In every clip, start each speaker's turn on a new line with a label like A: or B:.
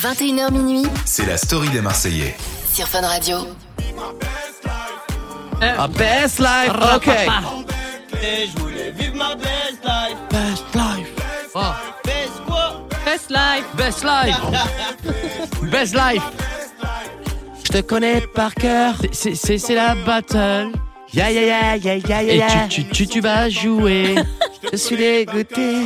A: 21h minuit
B: C'est la story des Marseillais.
A: sur Fun Radio.
C: Ah, best life, ok.
D: Et je voulais vivre ma best life.
C: Best life. Ah.
D: Best quoi
E: Best life.
C: Best life. Best life. Je te connais par cœur. C'est- C'est c'est la battle. Ya ya ya ya ya ya.
E: ya.
C: Et tu, tu, tu, tu vas jouer. Je suis dégoûté.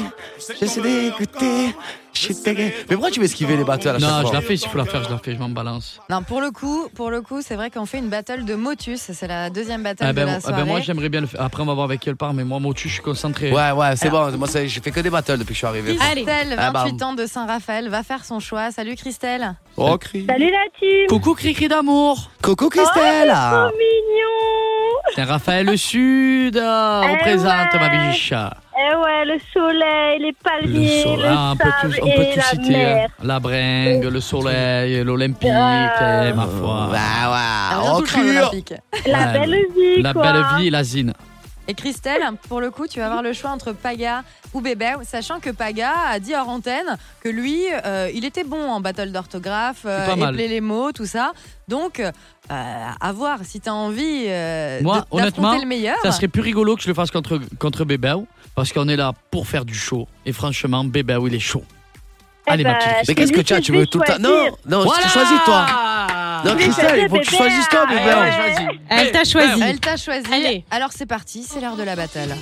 C: Je suis dégoûté. Je suis dégoûté. Mais pourquoi tu veux esquiver les battles à chaque
E: Non,
C: fois
E: je la fais, s'il faut la faire, je la fais, je m'en balance.
F: Non, pour le coup, pour le coup, c'est vrai qu'on fait une battle de motus. C'est la deuxième battle
E: Ah
F: de
E: ben,
F: la
E: ah ben
F: soirée.
E: moi j'aimerais bien le faire. Après on va voir avec quelle part, mais moi Motu je suis concentré.
C: Ouais, ouais, c'est bon. Moi, ça, je fais que des battles depuis que je suis arrivé.
F: Christelle,
C: Ah, bah.
F: 28 ans de Saint-Raphaël, va faire son choix. Salut Christelle.
C: Oh, cri.
G: Salut la team
E: Coucou Cricri d'amour
C: Coucou Christelle.
G: Mignon
E: C'est Raphaël le Sud ah,
G: Eh
E: représente
G: ouais.
E: ma biche
G: Eh ouais, le soleil, les palmiers, le,
E: ah, on peut
G: sable
E: tous, on peut
G: et
E: tous
G: la
E: citer
G: mer.
E: hein. la bringue, le soleil, l'Olympique,
G: Ah.
E: eh, ma
C: bah, Ouais,
E: foi. Ah,
F: Elle
C: ouais. Oh,
F: revient Ah, tout le temps
C: cri.
F: aux Olympiques.
G: La
E: hein. Ouais,
G: belle vie,
E: La
G: quoi
E: belle vie et la zine.
F: Et Christelle, pour le coup, tu vas avoir le choix entre Paga ou Bébé, sachant que Paga a dit hors antenne que lui, euh, il était bon en battle d'orthographe, euh,
E: C'est pas mal.
F: épeler les mots, tout ça. Donc, euh, à voir si tu as envie euh,
E: Moi,
F: de- d'affronter
E: honnêtement,
F: le meilleur.
G: Ah.
E: Ça serait plus rigolo que je le fasse contre, contre Bébéo, parce qu'on est là pour faire du show. Et franchement, Bébéo, il est chaud.
G: Eh
E: Allez, ma
G: ben,
E: petite.
C: Mais
G: c'est
C: qu'est-ce que
G: lui
C: tu as
G: qui
C: Tu
G: devait
C: veux tout le temps Non,
G: choisir.
C: non, tu choisis toi. Non, Christelle, il faut que tu choisisses toi,
G: Ah,
C: bébé.
G: ouais.
H: Elle t'a choisi.
F: Elle t'a choisi.
H: Allez.
F: Alors, c'est parti, c'est l'heure de la battle.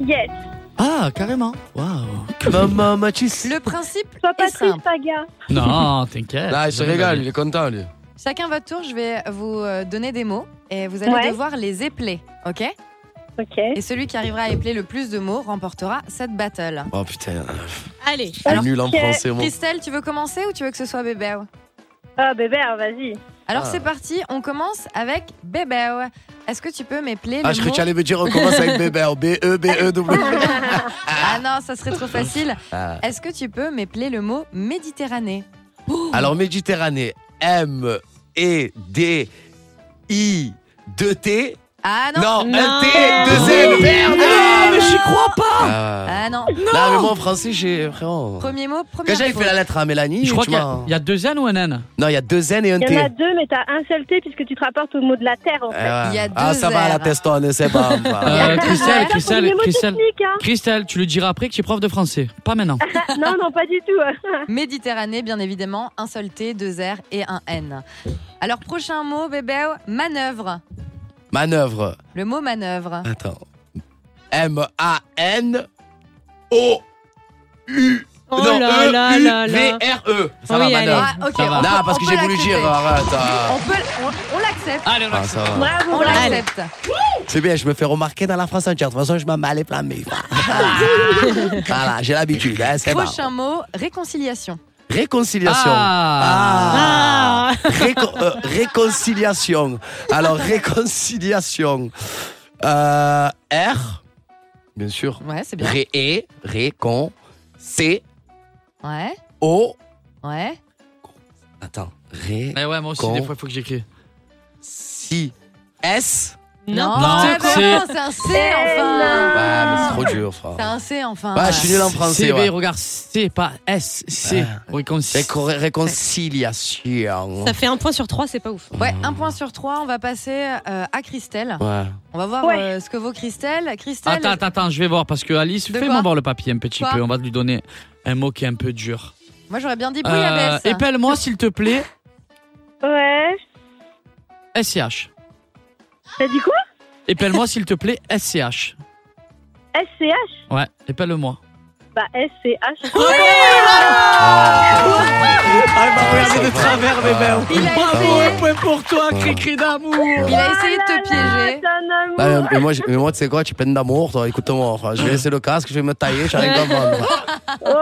G: Yes
E: Ah, carrément. Waouh.
C: Maman, Mathis.
F: Le principe
G: Sois pas
F: est simple.
G: triste, Paga
E: Non, t'inquiète.
C: Là, il se régale, il est content, lui.
F: Chacun votre tour, je vais vous euh, donner des mots et vous allez
G: Ouais.
F: devoir les épeler, ok
G: Ok.
F: Et celui qui arrivera à épeler le plus de mots remportera cette battle.
C: Oh putain,
H: Allez.
C: elle est nulle en
G: Ok.
C: français, moi.
F: Christelle, tu veux commencer ou tu veux que ce soit Bébé
G: Ah, bébé, ah, vas-y.
F: Alors
C: Ah.
F: c'est parti, on commence avec Bébé. Est-ce que tu peux m'épeler
C: Ah,
F: le
C: je croyais
F: mot
C: que tu allais me dire, on commence avec E bébé. B-E-B-E-W.
F: Ah non, ça serait trop facile.
C: Ah.
F: Est-ce que tu peux m'épeler le mot Méditerranée
C: Alors, Méditerranée, E M-E-D-I-2-T.
F: Ah non.
C: Non,
H: Non.
C: L-T-2-L. Merde
E: Ah, mais j'y crois pas.
C: Ah.
F: Ah non.
C: Non, mais moi, en français, j'ai. Vraiment.
F: Premier mot, première
C: Quand j'avais fait
F: faute.
C: la lettre à Mélanie,
E: Je crois
C: tu
E: qu'il y, a-
C: m'as-
E: il y a deux N ou un N
C: Non, il y a deux N et un
G: Il
C: T.
G: y en a deux, mais t'as un seul T puisque tu te rapportes au mot de la terre, en
C: Eh
G: fait. Ah,
C: ouais.
F: Il y a deux
C: Ah, ça va,
F: R.
C: la testone, c'est bon.
E: Euh,
C: bah.
E: Christelle, Christelle,
G: Pour les mots
E: Christelle,
G: techniques, hein.
E: Christelle, tu le diras après que tu es prof de français. Pas maintenant.
G: Non, non, pas du tout. hein.
F: Méditerranée, bien évidemment, un seul T, deux R et un N. Alors, prochain mot, bébé, manœuvre.
C: Manœuvre.
F: Le mot manœuvre.
C: Attends. M-A-N-O-U.
H: Oh
C: non, E
H: là là là là.
C: E-U-V-R-E. E. Ça
H: Oui,
C: va,
H: allez.
C: madame.
F: ok,
E: ça va.
F: on-
C: Non,
F: on
C: parce que
F: peut
C: j'ai voulu
F: l'accepter.
C: dire. Arrête.
F: On
C: ah.
F: peut, on, on l'accepte,
E: Allez,
C: Ah, ça va.
G: Bravo,
F: on
G: bravo.
F: l'accepte.
C: C'est bien, je me fais remarquer dans la France entière. De toute façon, je m'en bats les plans, mais- voilà, j'ai l'habitude. hein, c'est bon.
F: Prochain mot, réconciliation.
C: Réconciliation.
E: Ah.
C: Ah.
H: Ah.
C: Réco- euh, réconciliation. Alors, réconciliation. Euh, R, bien sûr.
F: Ouais, c'est bien.
C: Ré, é, récon, C,
F: Ouais,
C: O.
F: ouais.
C: Attends, ré,
E: Eh ouais, moi aussi,
C: Con.
E: des fois, il faut que j'écris.
C: si, S.
H: Non.
E: Non,
F: mais
E: c'est-
F: non, c'est un C, enfin.
C: Ouais, Ah, mais c'est trop
H: Ah.
C: dur, frère.
F: C'est un C, enfin.
C: Ouais, Bah, Ah, je suis nul en français.
E: CV,
C: ouais. Ah.
E: regarde, C, pas S, C.
C: Ouais.
E: Réconcilie.
C: Réco- réconciliation.
H: Ça fait un point sur trois, c'est pas ouf.
F: Ouais, un point sur trois, on va passer euh, à Christelle.
C: Ouais.
F: On va voir
G: Ouais.
F: euh, ce que vaut Christelle. Christelle,
E: Attends, attends, attends, je vais voir parce que Alice,
F: De
E: fais-moi
F: quoi
E: voir le papier un petit
F: Quoi
E: peu. On va lui donner un mot qui est un peu dur.
F: moi j'aurais bien dit
E: Euh,
F: bouillabaisse.
E: Épelle-moi, s'il te plaît,
G: Ouais.
E: SCH.
G: T'as dit quoi
E: Épelle-moi, s'il te plaît, SCH.
G: SCH
E: Ouais, épelle-moi.
G: Bah, SCH.
C: Ah, bah, regardez de travers, ben, bébé.
F: Il a essayé-
E: point pour toi, cri d'amour.
F: il a essayé
E: Ah,
F: de te piéger.
G: Oh, C'est un amour.
E: Bah,
C: Ah, mais moi, j'ai- mais moi, tu sais quoi, tu es pleine d'amour, toi. Écoute-moi, enfin, je vais laisser le casque, je vais me tailler, j'arrive pas à vendre.
G: Oh,
F: Il aime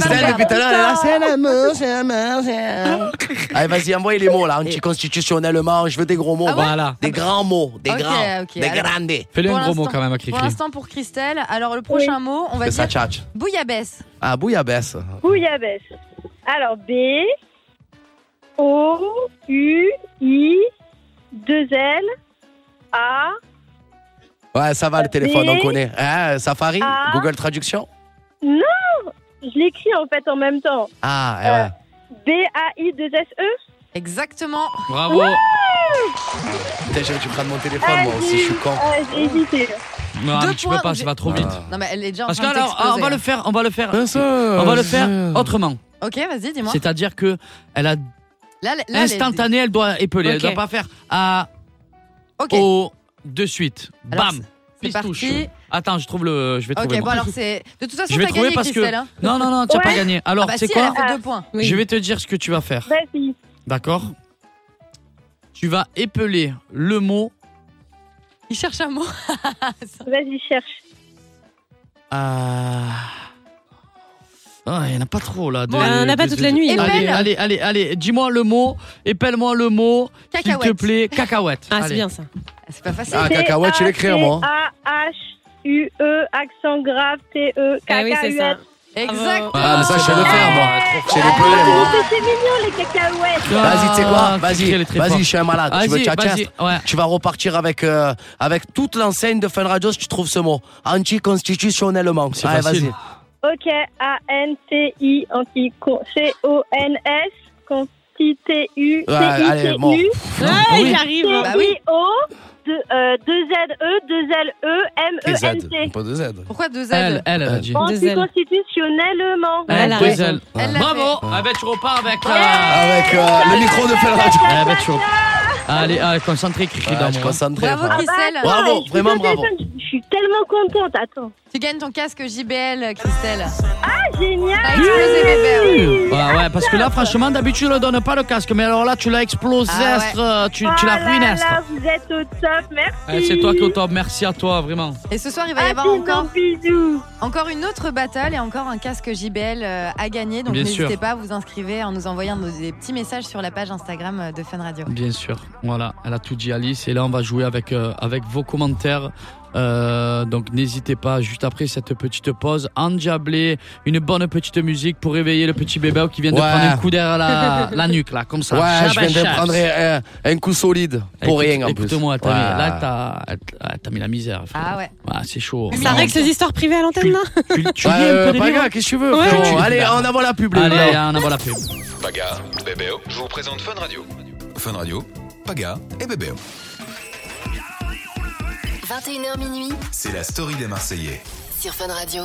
F: pas
C: Christelle,
F: le
C: depuis
F: perdre.
C: tout à l'heure, elle est là, c'est un amour, c'est un amour, c'est un amour. Allez, vas-y, envoyez les mots, là, anticonstitutionnellement, je veux des gros mots. moi.
E: Voilà.
C: Des grands mots, des
F: Ah Ok,
C: grands,
F: ok,
C: des
F: alors.
C: grandes.
E: Fais-le
F: Pour
E: un gros mot
F: l'instant-
E: quand même à
F: Pour
E: Cricri.
F: l'instant pour Christelle, alors le prochain mot, on va
C: Que ça
F: dire
C: tchatche.
F: bouillabaisse.
C: Ah, bouillabaisse.
G: Bouillabaisse. Alors, B, O, U, I, 2 L, A,
C: Ouais, ça va, le téléphone, on connaît. Hein, Safari,
G: Ah.
C: Google Traduction.
G: je l'écris en fait en même temps.
C: Ah,
G: B-A-I-2-S-E
F: Exactement.
E: Bravo.
C: Putain, j'avais dû prendre mon téléphone, moi aussi, je suis con.
G: Ah, j'ai hésité.
E: Non,
F: Deux
E: mais tu
F: points,
E: peux pas, ça va trop vite.
F: Non, mais elle est déjà en
E: Parce que
F: train de
E: alors, ah, on
F: t'exploser,
E: va
F: là.
E: le faire, on va le faire.
C: On
E: On va le faire autrement.
F: hein. Ok, vas-y, dis-moi.
E: C'est-à-dire que elle a
F: Là, là, elle est-
E: instantané, elle doit épeler. Elle
H: Ok.
E: doit pas faire A,
F: Ok.
E: O, de suite.
F: Alors,
E: Bam.
F: C'est
E: Fils touche.
F: parti.
E: Attends, je trouve le. Je vais trouver.
F: Ok, bon
E: moi.
F: alors c'est. De toute façon,
E: Je vais
F: t'as
E: trouver
F: gagné,
E: parce que-
F: Christelle. hein.
E: Non, non, non, tu n'as pas
G: Ouais.
E: gagné. Alors,
F: Ah bah
E: tu sais
F: si,
E: quoi
F: elle a fait deux points.
H: Oui.
E: Je vais te dire ce que tu vas faire.
G: Vas-y.
E: D'accord Tu vas épeler le mot
F: Il cherche un mot.
G: Vas-y, cherche.
E: Ah, Ah, il n'y en a pas trop là. de-
H: Bon, euh, on n'a pas
E: de-
H: toute
E: de-
H: la
E: de-
H: nuit, hein.
F: non.
E: Allez,
F: Épelle.
E: allez, allez, allez, dis-moi le mot, épelle-moi le mot, s'il te
F: Cacahuète.
E: plaît, cacahuète.
H: Ah, c'est
E: Allez.
H: bien ça.
F: C'est pas facile.
C: Ah, cacahuète, je l'écris, moi.
G: A-H-U-E, E, accent grave, T-E,
H: Ah oui, c'est ça.
G: cacahuète.
F: Exactement.
C: Ah, mais ça, je sais le faire, moi. Je sais les pleurer, moi.
G: Oh, c'est mignon, les cacahuètes.
C: hein. Vas-y, tu sais quoi
E: Ah, elle
C: Vas-y,
E: est très
C: vas-y,
E: forte.
C: je suis un malade. Tu veux
E: Vas-y,
C: tchatcha
E: vas-y, ouais.
C: Tu vas repartir avec, euh, avec toute l'enseigne de Fun Radio si tu trouves ce mot. Anticonstitutionnellement.
E: C'est
C: Allez,
E: facile.
C: vas-y.
G: Ok, A-N-T-I, anti- con- C-O-N-S, constitu,
C: Ouais, allez, bon.
G: C-I-T-U,
H: Ah,
E: oui.
H: il arrive.
F: Bah oui.
G: T-I-O, euh, 2-Z-E, 2-L-E, M-E-N-T.
C: Pas de Z.
F: Pourquoi deux Z
E: Elle, elle, elle a dit.
H: Deux L.
G: Anticonstitutionnellement.
E: Elle,
H: Voilà.
E: deux ailes.
F: Elle l'a
E: Bravo Ah ben tu repars avec la...
C: Avec euh, le micro de Fun Radio.
E: Ah ben tu repars. Allez, allez, concentré, cri
C: Ouais, je
E: d'amour.
C: concentrais.
F: Bravo
C: frère.
F: Christelle.
C: Bravo.
G: Ah, je suis
C: vraiment
G: sur le
C: bravo.
G: téléphone, Je suis tellement contente, attends.
F: Tu gagnes ton casque JBL, Christelle.
G: Ah, génial
F: T'as Bah, explosé bébé. ouais.
E: Ouais, ouais, parce que là, franchement, d'habitude, tu ne donne pas le casque, mais alors là, tu l'as explosé,
F: Ah ouais.
E: Astre, euh, tu, tu
G: Oh
E: l'as
G: là
E: ruiné,
G: là,
E: Astre.
G: vous êtes au top, merci.
E: Eh, C'est toi qui es au top, merci à toi, vraiment.
F: Et ce soir, il va y
G: Ah,
F: avoir encore,
G: bisous.
F: encore une autre battle et encore un casque JBL euh, à gagner. Donc
E: Bien
F: n'hésitez
E: sûr.
F: pas à vous inscrivez en nous envoyant nos- des petits messages sur la page Instagram euh, de Fun Radio.
E: Bien sûr, voilà, elle a tout dit Alice et là on va jouer avec, euh, avec vos commentaires. Euh, donc n'hésitez pas, juste après cette petite pause, endiabler une bonne petite musique pour réveiller le petit bébé qui vient de
C: Ouais.
E: prendre un coup d'air à la, la nuque, là, comme ça.
C: Ouais, je
E: Jabba
C: viens de
E: Jabs.
C: prendre un, un coup solide. Pour
E: Écoute-
C: rien, en plus.
E: Écoute-moi, t'as
C: Ouais.
E: mis- là t'as ah, t'as mis la misère. frère.
F: Ah ouais.
E: Ouais, c'est chaud.
H: Ça règle ces histoires privées à l'antenne, non
E: Tu, tu
C: Ouais,
E: lis un peu
C: euh,
E: les
C: pas
E: livres
C: grave, qu'est-ce que tu veux
H: Ouais.
C: frérot
E: Tu lis
C: Allez,
E: des
C: on envoie la pub. les
E: Allez,
C: gars.
E: on envoie la pub.
B: Paga, Bébéo, je vous présente Fun Radio. Fun Radio, Paga et Bébéo.
A: 21h minuit
B: C'est la story des Marseillais.
A: sur Fun Radio.